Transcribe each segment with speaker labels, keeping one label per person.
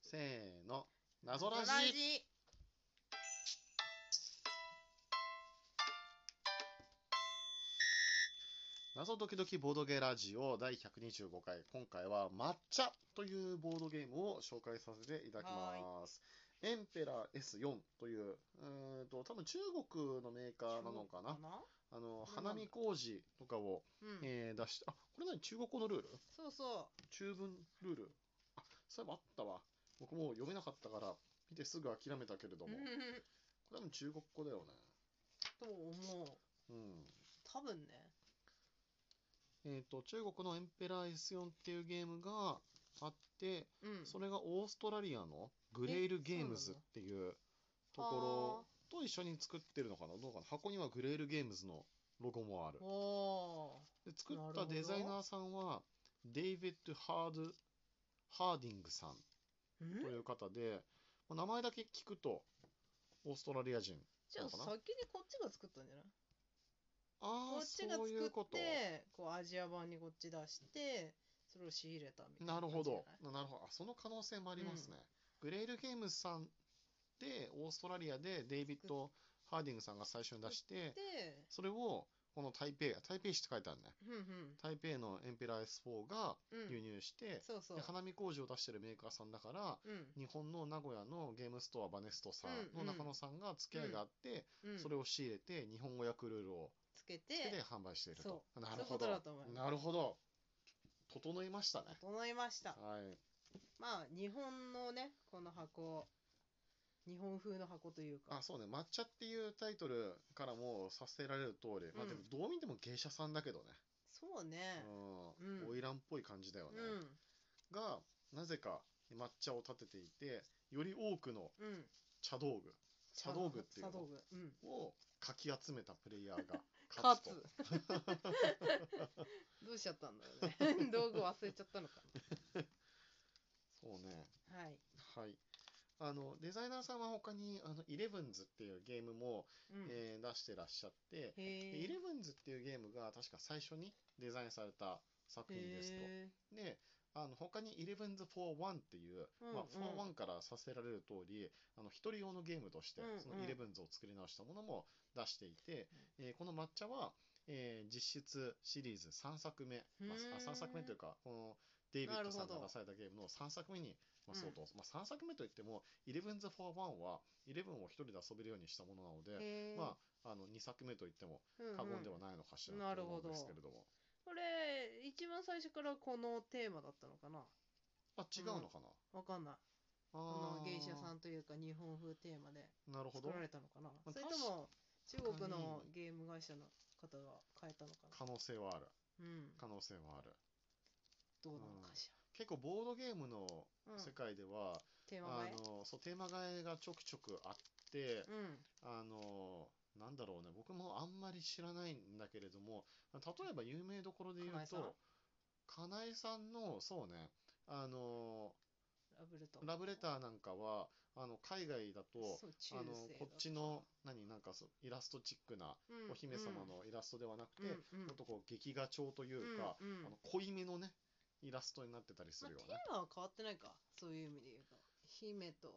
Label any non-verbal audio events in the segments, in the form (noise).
Speaker 1: せーの謎ラジ謎ドキドキボードゲーラジオ第125回今回は抹茶というボードゲームを紹介させていただきますエンペラー S4 といううーんと多分中国のメーカーなのかなあの
Speaker 2: そうな
Speaker 1: 花
Speaker 2: んだ
Speaker 1: 見工事とかを、
Speaker 2: うん、
Speaker 1: えー出してあこれ何中国語のルール
Speaker 2: そうそ
Speaker 1: 中文ルールあそういえばあったわ僕もう読めなかったから見てすぐ諦めたけれど
Speaker 2: う。う
Speaker 1: も、
Speaker 2: ん
Speaker 1: こ
Speaker 2: うんうん
Speaker 1: れ多分中国語だよね
Speaker 2: と思う。
Speaker 1: うん
Speaker 2: 多分ね。
Speaker 1: えー、と中国のエンペラー S4 っていうゲームがあって、
Speaker 2: うん。
Speaker 1: それがオーストラリアのグレイルゲームズっていうところと一緒に作ってるのかなどうかな箱にはグレイルゲームズのロゴもある
Speaker 2: ろ。お
Speaker 1: で作っ
Speaker 2: なる
Speaker 1: た
Speaker 2: ほど
Speaker 1: デザイナーさんはデイビッド・ハード・ハーディングさん
Speaker 2: ー
Speaker 1: と
Speaker 2: ん
Speaker 1: いう方でまあ名前だけ聞くとオーストラリア人
Speaker 2: じゃあ
Speaker 1: そうかな
Speaker 2: 先にこっちが作ったんじゃない
Speaker 1: あ
Speaker 2: こ
Speaker 1: あ
Speaker 2: っちが
Speaker 1: そう
Speaker 2: 作
Speaker 1: いうこ
Speaker 2: っ
Speaker 1: と
Speaker 2: てこうアジア版にこっち出してそれを仕入れたみたいな
Speaker 1: なるほど
Speaker 2: 感じじゃな
Speaker 1: なな
Speaker 2: い。
Speaker 1: るほど。あ、その可能性もありますね。グレイルゲームズさんで、オーストラリアでデイビッド・ハーディングさんが最初に出して、
Speaker 2: で、
Speaker 1: それをこの台北、台北市って書いてあるね。
Speaker 2: うんうん
Speaker 1: 台北のエンペラー S4 が
Speaker 2: うん
Speaker 1: 輸入して、
Speaker 2: そうそう
Speaker 1: で。花見工事を出してるメーカーさんだから、
Speaker 2: うん
Speaker 1: 日本の名古屋のゲームストアバネストさん
Speaker 2: う
Speaker 1: の
Speaker 2: んうん
Speaker 1: 中野さんが付き合いがあって、
Speaker 2: うん。
Speaker 1: それを仕入れて、日本語訳ルールを
Speaker 2: つけ
Speaker 1: つけて
Speaker 2: て
Speaker 1: 販売していると
Speaker 2: そ。う
Speaker 1: な
Speaker 2: そうい
Speaker 1: る
Speaker 2: う
Speaker 1: ほ
Speaker 2: ことだと
Speaker 1: ど
Speaker 2: 思い。ます
Speaker 1: なるほど。整いましたね。
Speaker 2: 整いました。
Speaker 1: はい。
Speaker 2: まあ日本のねこの箱日本風の箱というか。
Speaker 1: あそうね「抹茶」っていうタイトルからもさせられる通り、まあ、
Speaker 2: うん
Speaker 1: でもどう見ても芸者さんだけどね
Speaker 2: そうね。
Speaker 1: う
Speaker 2: う
Speaker 1: ん
Speaker 2: ん
Speaker 1: 花魁っぽい感じだよね、
Speaker 2: う
Speaker 1: がなぜか抹茶を立てていてより多くの
Speaker 2: んうん。
Speaker 1: 茶道具茶道具っていう
Speaker 2: 茶道具。うん。
Speaker 1: のをかき集めたプレイヤーが
Speaker 2: 勝
Speaker 1: 勝つと。
Speaker 2: つ (laughs) どうしちゃったんだろうね。 (laughs) 道具忘れちゃったのか
Speaker 1: そうね
Speaker 2: な。はい。
Speaker 1: はいあのデザイナーさんは他にあのイレブンズっていうゲームも、
Speaker 2: うん、
Speaker 1: えー出してらっしゃって、でイ
Speaker 2: へ
Speaker 1: レブンズっていうゲームが確か最初にデザインされた作品ですと。
Speaker 2: え。
Speaker 1: で、あの他に Elevens for One っていう、
Speaker 2: うん
Speaker 1: まあ
Speaker 2: うん、
Speaker 1: for One からさせられる通り、あの一人用のゲームとして
Speaker 2: うんう、ん
Speaker 1: その Elevens を作り直したものも出していて、えーこの抹茶は、えー実質シリーズ3作目、まあ
Speaker 2: うーん
Speaker 1: あ、3作目というか、このデイビッドさんが
Speaker 2: なるほど
Speaker 1: 出されたゲームの3作目に、まあ、相当、まあ、3作目といっても、Elevens for One は、Eleven を一人で遊べるようにしたものなので、
Speaker 2: へー
Speaker 1: まあ、あの2作目といっても
Speaker 2: うんうん
Speaker 1: 過言ではないのかしら
Speaker 2: な
Speaker 1: と
Speaker 2: る
Speaker 1: 思う
Speaker 2: ほ
Speaker 1: ん
Speaker 2: ど
Speaker 1: ですけれども。
Speaker 2: これ一番最初からこのテーマだったのかな
Speaker 1: あ、違うのかな、
Speaker 2: わかんない
Speaker 1: あ
Speaker 2: この
Speaker 1: ー
Speaker 2: 芸者さんというか日本風テーマで
Speaker 1: なるほど
Speaker 2: 作ら。れたのかな
Speaker 1: まあ
Speaker 2: それとも中国のゲーム会社の方が変えたのか
Speaker 1: 可能性はある。
Speaker 2: なうん
Speaker 1: 可能性はある。
Speaker 2: どうなのかし
Speaker 1: 結構ボードゲームの
Speaker 2: ら、うん、
Speaker 1: 世界では、
Speaker 2: テーマ
Speaker 1: あ
Speaker 2: 替え
Speaker 1: のそうテーマ替えがちょくちょくあって、
Speaker 2: うん
Speaker 1: あのなんだろうね僕もあんまり知らないんだけれども例えば有名どころで言う
Speaker 2: かなえさん
Speaker 1: とかなえさんのそうねあの
Speaker 2: ラブレター
Speaker 1: ラブレターなんかはあの海外だと
Speaker 2: そう中
Speaker 1: あの
Speaker 2: 世だ
Speaker 1: こっちの何なんかそうイラストチックな
Speaker 2: うん
Speaker 1: お姫様のイラストではなくて、
Speaker 2: うんう
Speaker 1: も
Speaker 2: ん
Speaker 1: っとこう劇画調というか、
Speaker 2: うんうん
Speaker 1: あの濃いめのねイラストになってたりするよね
Speaker 2: まあ、。テーマは変わってないかそういう意味で言うと姫と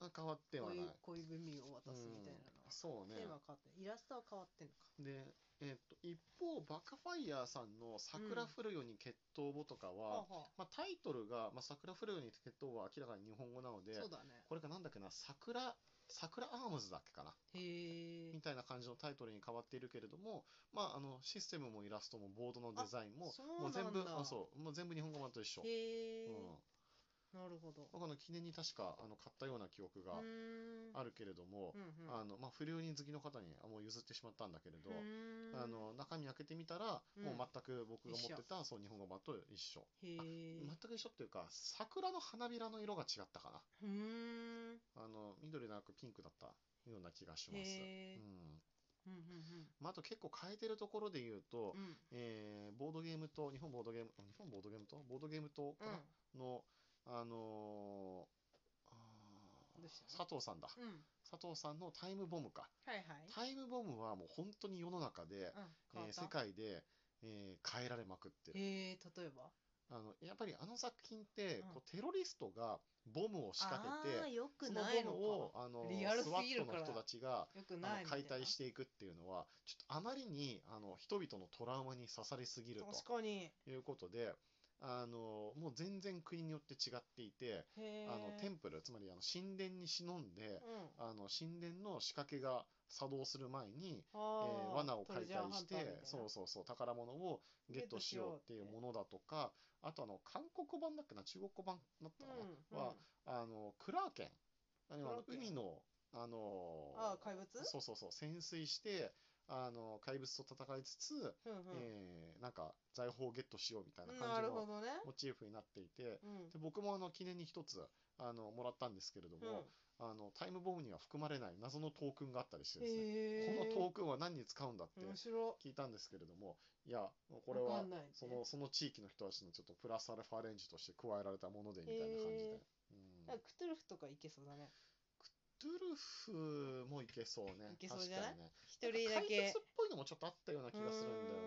Speaker 1: あ変わってはない。
Speaker 2: 恋恋文を渡すみたいなの
Speaker 1: うん
Speaker 2: は、
Speaker 1: そうね
Speaker 2: テーマは変わってないイラストは変わってんのか
Speaker 1: で、えっと一方バカファイヤーさんの「桜降るように決闘簿」とかは、
Speaker 2: はあはあ
Speaker 1: まあ、タイトルが「まあ、桜降るように決闘簿」は明らかに日本語なので
Speaker 2: そうだね
Speaker 1: これがなんだっけな桜桜アームズだっけかな
Speaker 2: へえ
Speaker 1: みたいな感じのタイトルに変わっているけれども、まあ、あのシステムもイラストもボードのデザインも
Speaker 2: そう
Speaker 1: もう全部
Speaker 2: なんだ
Speaker 1: あそうもう全部日本語版と一緒、
Speaker 2: へえ、
Speaker 1: うん、
Speaker 2: なるほど
Speaker 1: 僕あの記念に確かあの買ったような記憶が
Speaker 2: うーん
Speaker 1: あるけれども、
Speaker 2: うんうん
Speaker 1: あのまあ、不良人好きの方にあもう譲ってしまったんだけれど、
Speaker 2: うーん
Speaker 1: あの中身開けてみたら、
Speaker 2: うん
Speaker 1: もう全く僕が持ってたそう日本語版と一緒
Speaker 2: へえ
Speaker 1: 全く一緒っていうか桜の花びらの色が違ったか
Speaker 2: うーん
Speaker 1: なあの緑じゃなくピンクだったような気がします、
Speaker 2: へ
Speaker 1: う
Speaker 2: え
Speaker 1: ん
Speaker 2: うんうん
Speaker 1: まあ、あと結構変えてるところで言うと、
Speaker 2: うんうん
Speaker 1: えーボードゲームと日本ボードゲームあ日本ボードゲームとボードゲームとかなの、あのーあー
Speaker 2: どうした
Speaker 1: 佐藤さんだ
Speaker 2: うんうん
Speaker 1: 佐藤さんのタイムボムか
Speaker 2: はいはい
Speaker 1: タイムボムはもう本当に世の中で、
Speaker 2: うん変
Speaker 1: え
Speaker 2: わ
Speaker 1: ー
Speaker 2: った
Speaker 1: 世界で、えー変えられまくってる
Speaker 2: へえ例えば
Speaker 1: あのやっぱりあの作品って、
Speaker 2: うん
Speaker 1: こうテロリストがボムを仕掛けて
Speaker 2: あーよく
Speaker 1: その
Speaker 2: ない
Speaker 1: ボム
Speaker 2: のか
Speaker 1: をあの
Speaker 2: リアル
Speaker 1: ス
Speaker 2: す
Speaker 1: ワ
Speaker 2: ぎ
Speaker 1: ット
Speaker 2: るから
Speaker 1: の人たちが
Speaker 2: よく
Speaker 1: あの
Speaker 2: ないみたい
Speaker 1: 解
Speaker 2: な
Speaker 1: 体していくっていうのはちょっとあまりにあの人々のトラウマに刺さりすぎると
Speaker 2: 確かに
Speaker 1: いうことであのもう全然国によって違っていて
Speaker 2: へえ
Speaker 1: あのテンプルつまりあの神殿に忍んで
Speaker 2: うん
Speaker 1: あの神殿の仕掛けが作動する前に
Speaker 2: あ
Speaker 1: え
Speaker 2: ー
Speaker 1: ー罠を
Speaker 2: ト
Speaker 1: 解
Speaker 2: レジャー
Speaker 1: 体
Speaker 2: ハ
Speaker 1: し
Speaker 2: ンターみたい
Speaker 1: て
Speaker 2: な
Speaker 1: そうそうそう宝物をゲットしようっていうものだとかあとあの韓国版だっけな中国語版だったかな、
Speaker 2: うん
Speaker 1: はあのクラーケンあの
Speaker 2: クラーケン
Speaker 1: 海のあの
Speaker 2: うん、あー怪物
Speaker 1: そうそうそう潜水してあの怪物と戦いつつ、
Speaker 2: うんうん
Speaker 1: えーなんか財宝をゲットしようみたいな
Speaker 2: な
Speaker 1: 感じ
Speaker 2: る
Speaker 1: の
Speaker 2: ほどね、
Speaker 1: モチーフになっていて
Speaker 2: うん
Speaker 1: で僕もあの記念に一つあのもらったんですけれども、あのタイムボムには含まれない謎のトークンがあったりして
Speaker 2: うん、
Speaker 1: ですね、
Speaker 2: へえ
Speaker 1: このトークンは何に使うんだって
Speaker 2: 面白
Speaker 1: 聞いたんですけれども、いや、これは
Speaker 2: わかんないね
Speaker 1: そのその地域の人たちのちょっとプラスアルファレンジとして加えられたものでみたいな感じで
Speaker 2: へ。
Speaker 1: うん
Speaker 2: なんかクトゥルフとかいけそうだね
Speaker 1: トゥルフもいけそうね。
Speaker 2: いけそうじゃない
Speaker 1: 確かにね
Speaker 2: 一人だ
Speaker 1: なん
Speaker 2: け
Speaker 1: か解説っぽいのもちょっとあったような気がするんだよ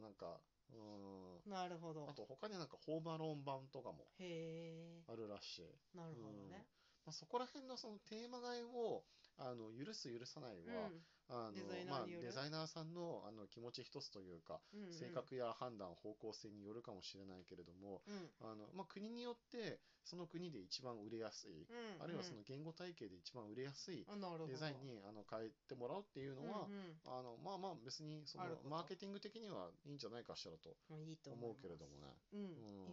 Speaker 1: ね。なんか、うん。
Speaker 2: なるほど
Speaker 1: あと他になんかホームアローン版とかも
Speaker 2: へ
Speaker 1: あるらしい。
Speaker 2: えなるほどね、
Speaker 1: まあ、そこら辺のそのテーマ買いをあの許す許さないは、あの
Speaker 2: デザイ
Speaker 1: まあ
Speaker 2: ナーによる
Speaker 1: デザイナーさんのあの気持ち一つというか、
Speaker 2: うんうんうん
Speaker 1: 性格や判断、方向性によるかもしれないけれども、
Speaker 2: うん
Speaker 1: あのまあ、国によってその国で一番売れやすい、
Speaker 2: うんうん、
Speaker 1: あるいはその言語体系で一番売れやすい
Speaker 2: あなるほど
Speaker 1: デザインにあの変えてもらうっていうのは
Speaker 2: うん、うん
Speaker 1: あのまあまあ別にその
Speaker 2: あること
Speaker 1: マーケティング的にはいいんじゃないかしらと
Speaker 2: まあ、いいと思
Speaker 1: 思う
Speaker 2: います
Speaker 1: けれどもね。
Speaker 2: うん、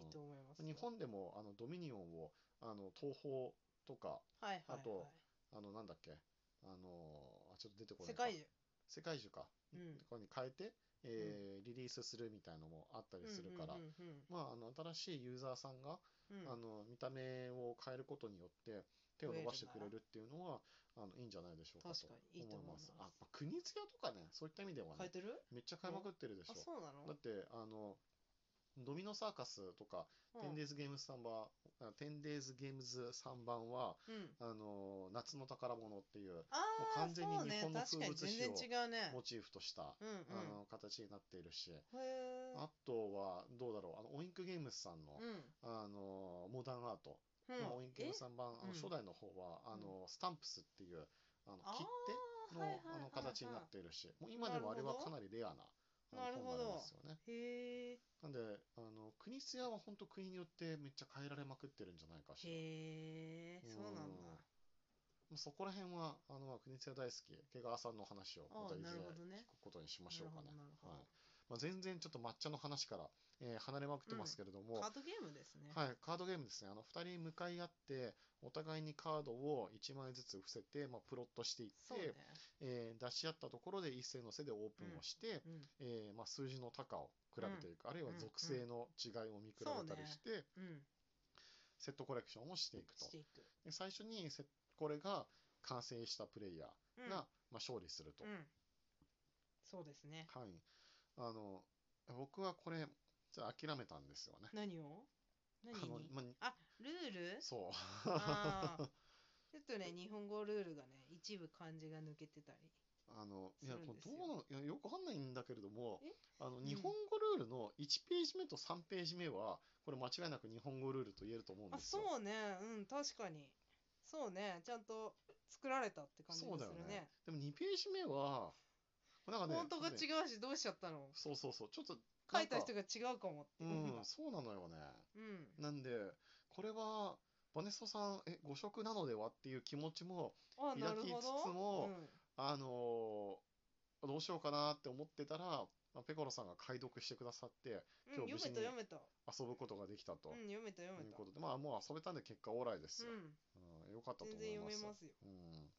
Speaker 1: うん
Speaker 2: いいと思います
Speaker 1: 日本でもあのドミニオンをあの東宝とか
Speaker 2: はいは
Speaker 1: あ
Speaker 2: い、はい、
Speaker 1: とあのなんだっけあのあちょっと出てこない
Speaker 2: 世
Speaker 1: か
Speaker 2: 界中
Speaker 1: 世界中か、
Speaker 2: うん
Speaker 1: ここに変えて、えーリリースするみたいのもあったりするから、
Speaker 2: うんうんうん
Speaker 1: まあ、あの新しいユーザーさんが、
Speaker 2: うんうん
Speaker 1: あの見た目を変えることによって手を伸ばしてくれるっていうのはあのいいんじゃないでしょうかと
Speaker 2: 確かにいいと思います
Speaker 1: あ、まあ、国津屋とかねそういった意味では
Speaker 2: 変
Speaker 1: ね
Speaker 2: えてる
Speaker 1: めっちゃ買いまくってるでしょ
Speaker 2: あ、そうなの
Speaker 1: だってあのドミノサーカスとか、
Speaker 2: うん
Speaker 1: テンデイズゲームズさんは、あテンデイズゲームズ3番は、
Speaker 2: うん
Speaker 1: あの夏の宝物っていうもう
Speaker 2: ああ
Speaker 1: 完全に
Speaker 2: そうね
Speaker 1: 日本の風物詩を
Speaker 2: 確かに全然違うね
Speaker 1: モチーフとした、
Speaker 2: うんう
Speaker 1: あ
Speaker 2: ん
Speaker 1: の形になっているし、
Speaker 2: へえ
Speaker 1: あとはどうだろうあのオインクゲームズさんの、
Speaker 2: うん
Speaker 1: あのモダンアート、
Speaker 2: うん
Speaker 1: まあ、オインクゲームズさん版あ
Speaker 2: うん
Speaker 1: の初代の方は、あのスタンプスっていうあの
Speaker 2: あー
Speaker 1: 切手の,、
Speaker 2: はいはいはいはい
Speaker 1: あの形になっているしもう今でもあれは
Speaker 2: なる
Speaker 1: か
Speaker 2: ほど
Speaker 1: なりレアなあの
Speaker 2: なるほど
Speaker 1: 本になりますよね。
Speaker 2: へえ
Speaker 1: なんで、あの、国津屋は本当国によってめっちゃ変えられまくってるんじゃないかしら。
Speaker 2: へえそうなんだ
Speaker 1: まあそこら辺は、あの、まあ国津屋大好き、毛川さんの話をま
Speaker 2: あ
Speaker 1: た
Speaker 2: あ
Speaker 1: いずれ
Speaker 2: な
Speaker 1: 聞
Speaker 2: るほどね
Speaker 1: くことにしましょうかね
Speaker 2: なる。ほどな
Speaker 1: はい
Speaker 2: る。
Speaker 1: まあ、全然ちょっと抹茶の話から、えー離れまくってますけれども、
Speaker 2: カードゲームですね
Speaker 1: はい、カードゲームですね。あの、二人向かい合って、お互いにカードを一枚ずつ伏せて、まあ、プロットしていっ
Speaker 2: そうね
Speaker 1: て、えー出し合ったところで一斉の背でオープンをして、
Speaker 2: うん
Speaker 1: えーまあ、数字の高を比べていく、あるいは
Speaker 2: うん
Speaker 1: 属性の違いを見比べ
Speaker 2: そう
Speaker 1: たり
Speaker 2: ね
Speaker 1: して、
Speaker 2: うん
Speaker 1: セットコレクションをしていくと
Speaker 2: していく
Speaker 1: で最初にセこれが完成したプレイヤーが、まあ、勝利すると、
Speaker 2: うんうんそうですね
Speaker 1: はい、あの僕はこれじゃあ諦めたんですよね
Speaker 2: 何を何
Speaker 1: あの
Speaker 2: に、
Speaker 1: まあに
Speaker 2: あルール
Speaker 1: そう
Speaker 2: あー (laughs) ちょっとね日本語ルールがね一部漢字が抜けてたり
Speaker 1: あのいや
Speaker 2: そ
Speaker 1: こ
Speaker 2: うです
Speaker 1: れ
Speaker 2: よ
Speaker 1: どうなのいやよくわかんないんだけれども
Speaker 2: え
Speaker 1: あの
Speaker 2: ん
Speaker 1: 日本語ルールの1ページ目と3ページ目はこれ間違いなく日本語ルールと言えると思うん
Speaker 2: あ
Speaker 1: ですよ
Speaker 2: そうねうん確かにそうねちゃんと作られたって感じ
Speaker 1: そう
Speaker 2: が
Speaker 1: だ
Speaker 2: す
Speaker 1: よ
Speaker 2: る
Speaker 1: ね
Speaker 2: ね。
Speaker 1: でも2ページ目は、なんかね、
Speaker 2: フォントが違
Speaker 1: ちょっとね
Speaker 2: うしどうしちゃったの
Speaker 1: そうそうそう、ちょっと、
Speaker 2: 書いた人
Speaker 1: が、
Speaker 2: が違うかもって
Speaker 1: う
Speaker 2: い
Speaker 1: ん
Speaker 2: う、
Speaker 1: そうなのよね。
Speaker 2: うん
Speaker 1: なんで、これは、バネストさん、え、誤植なのではっていう気持ちも、
Speaker 2: あなる
Speaker 1: 開き
Speaker 2: ほ
Speaker 1: つつも
Speaker 2: ど、
Speaker 1: あのーどうしようかなって思ってたら、まあペコロさんが解読してくださって、
Speaker 2: うん
Speaker 1: 今
Speaker 2: うん、
Speaker 1: 日無
Speaker 2: 読
Speaker 1: 事
Speaker 2: め
Speaker 1: に
Speaker 2: た読めた、う
Speaker 1: 遊ぶことができたと
Speaker 2: ん、読めた読め
Speaker 1: いう
Speaker 2: た
Speaker 1: ことで、まあ、もう遊べたんで結果オーライですよ。
Speaker 2: う
Speaker 1: うん、よかった
Speaker 2: ん
Speaker 1: と
Speaker 2: 全
Speaker 1: 思いま
Speaker 2: 然読め
Speaker 1: す。
Speaker 2: ますよ、
Speaker 1: うん。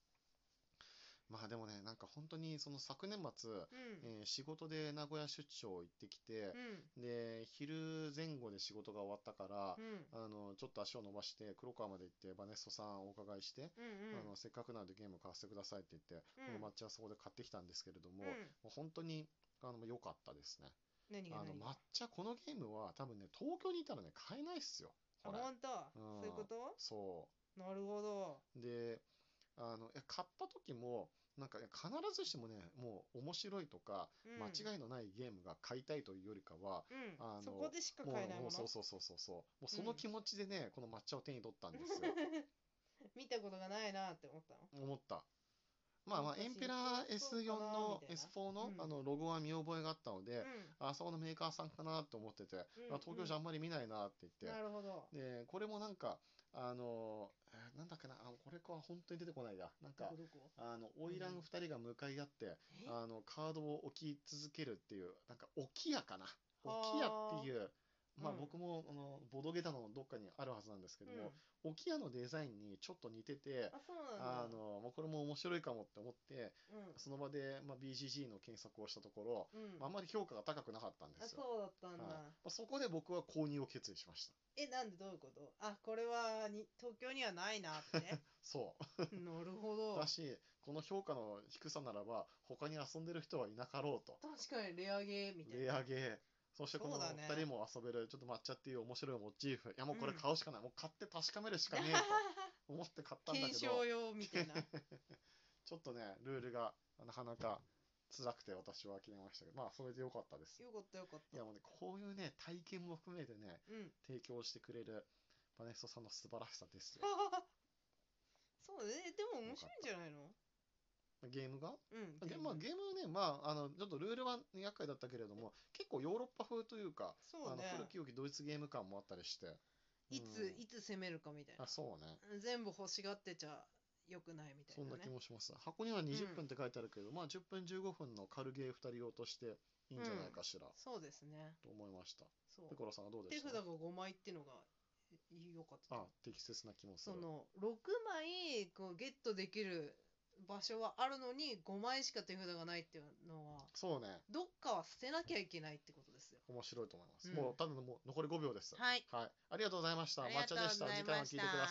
Speaker 1: まあでもね、なんか本当にその昨年末、
Speaker 2: うん
Speaker 1: えー仕事で名古屋出張行ってきて、で、昼前後で仕事が終わったから
Speaker 2: うん、うん
Speaker 1: あの、ちょっと足を伸ばして、黒川まで行って、バネストさんお伺いして、
Speaker 2: うんうん
Speaker 1: あの、せっかくなんでゲーム買わせてくださいって言って、
Speaker 2: う
Speaker 1: こ
Speaker 2: ん
Speaker 1: の抹茶はそこで買ってきたんですけれども、
Speaker 2: う
Speaker 1: も
Speaker 2: ん
Speaker 1: う本当に、あの、良かったですね。
Speaker 2: 何が
Speaker 1: あの、
Speaker 2: 何が
Speaker 1: 抹茶、このゲームは多分ね、東京にいたらね、買えないっすよ。これ。
Speaker 2: あ本当、
Speaker 1: うん
Speaker 2: そういうこと
Speaker 1: そ
Speaker 2: なるほど
Speaker 1: う。で、あのいや買った時もなんかいや必ずしもねもう面白いとか
Speaker 2: うん
Speaker 1: 間違いのないゲームが買いたいというよりかは、
Speaker 2: うん
Speaker 1: あの
Speaker 2: そこでしか
Speaker 1: も
Speaker 2: 買えない
Speaker 1: も
Speaker 2: うも
Speaker 1: うそう
Speaker 2: の
Speaker 1: そうそうそうそうもうその気持ちでね、この抹茶を手に取ったんです
Speaker 2: (laughs) 見たことがないなって思ったの
Speaker 1: 思ったまあまあ
Speaker 2: 私
Speaker 1: エンペラー S4 の
Speaker 2: みたいな
Speaker 1: S4 の,、
Speaker 2: うん
Speaker 1: あのロゴは見覚えがあったので、
Speaker 2: うん
Speaker 1: あそこのメーカーさんかなと思ってて、
Speaker 2: うん
Speaker 1: あ東京じゃあんまり見ないなって言っ
Speaker 2: な
Speaker 1: て、
Speaker 2: るほど
Speaker 1: でこれもなんかあのえーなんだっけなあこれか本当に出てこないやなん
Speaker 2: ど
Speaker 1: か
Speaker 2: こどこ
Speaker 1: あの花魁2人が向かい合って、
Speaker 2: え
Speaker 1: あのカードを置き続けるっていうなんか置き屋かな
Speaker 2: は
Speaker 1: 置き屋っていうまあ
Speaker 2: うん
Speaker 1: 僕も、あのボドゲだのどっかにあるはずなんですけど
Speaker 2: うん
Speaker 1: も、置き屋のデザインにちょっと似てて
Speaker 2: あそうなんだ
Speaker 1: あのもうこれも面白いかもって思って
Speaker 2: うん
Speaker 1: その場で、まあ、BGG の検索をしたところ、
Speaker 2: うん
Speaker 1: まああんまり評価が高くなかったんで
Speaker 2: あ
Speaker 1: すよ。
Speaker 2: そうだったんだ、
Speaker 1: はいまあそこで僕は購入を決意しました。
Speaker 2: えなんでどういうことあこれはに東京にはないなって
Speaker 1: (laughs)
Speaker 2: ね
Speaker 1: そ
Speaker 2: なるほど
Speaker 1: う。だし、この評価の低さならば、他に遊んでる人はいなかろうと。
Speaker 2: 確かにレアゲーみたいな
Speaker 1: レアゲー。そしてこの
Speaker 2: そうだね
Speaker 1: 2人も遊べる、ちょっと抹茶っていう面白いモチーフ。いやもうこれ
Speaker 2: うん
Speaker 1: 買うしかない。もう買って確かめるしかねえ
Speaker 2: (laughs)
Speaker 1: と思って買ったんだけ
Speaker 2: 検
Speaker 1: ど、
Speaker 2: 証用み
Speaker 1: (laughs)
Speaker 2: たいな
Speaker 1: ちょっとね、ルールがなかなか辛くて私は諦めましたけど、まあそれでよかったです。
Speaker 2: よかったよかっ
Speaker 1: い
Speaker 2: た
Speaker 1: やもうね、こういうね、体験も含めてね、
Speaker 2: うん
Speaker 1: 提供してくれるパネストさんの素晴らしさですよ。
Speaker 2: (laughs) そうえでも面白いんじゃないの
Speaker 1: ゲームが
Speaker 2: うん
Speaker 1: でまあ、ゲームね、まあ、あのちょっとルールは厄介だったけれども、結構ヨーロッパ風というか、
Speaker 2: そう
Speaker 1: あの
Speaker 2: ね
Speaker 1: 古き良きドイツゲーム感もあったりして、
Speaker 2: い
Speaker 1: うん
Speaker 2: ついつ攻めるかみたい
Speaker 1: あそうね、
Speaker 2: な全部欲しがってちゃよくないみた
Speaker 1: そ
Speaker 2: い
Speaker 1: ん
Speaker 2: な
Speaker 1: な気
Speaker 2: ね
Speaker 1: もします。箱には20
Speaker 2: う
Speaker 1: 分
Speaker 2: ん
Speaker 1: って書いてあるけど、まあ10分15分の軽ゲー2人用としていいんじゃないかしら、
Speaker 2: そうですね
Speaker 1: と思いました。
Speaker 2: そ
Speaker 1: ペ
Speaker 2: う
Speaker 1: コロさんはどうで
Speaker 2: 手
Speaker 1: し
Speaker 2: 札
Speaker 1: た
Speaker 2: が5枚ってのがい良かった
Speaker 1: あ、適切な気もす
Speaker 2: そ
Speaker 1: る。
Speaker 2: の6枚こうゲットできる場所はあるのに5枚しか手札がないっていうのは
Speaker 1: そうね、
Speaker 2: どっかは捨てなきゃいけないってことですよ。
Speaker 1: 面白いと思います。
Speaker 2: うん
Speaker 1: もう、ただのもう残り5秒です。
Speaker 2: はい。
Speaker 1: はい。ありがとうございました。
Speaker 2: ありが
Speaker 1: 抹
Speaker 2: と
Speaker 1: 茶
Speaker 2: うござい
Speaker 1: で
Speaker 2: ま
Speaker 1: し
Speaker 2: した
Speaker 1: た。次回も聞いてください。